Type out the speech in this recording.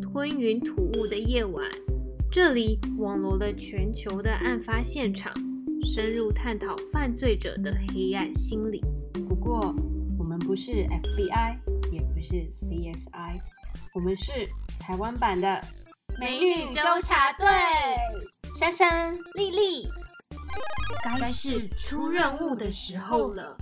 吞云吐雾的夜晚，这里网罗了全球的案发现场，深入探讨犯罪者的黑暗心理。不过，我们不是 FBI，也不是 CSI，我们是台湾版的美女纠察队。珊珊，丽丽，该是出任务的时候了。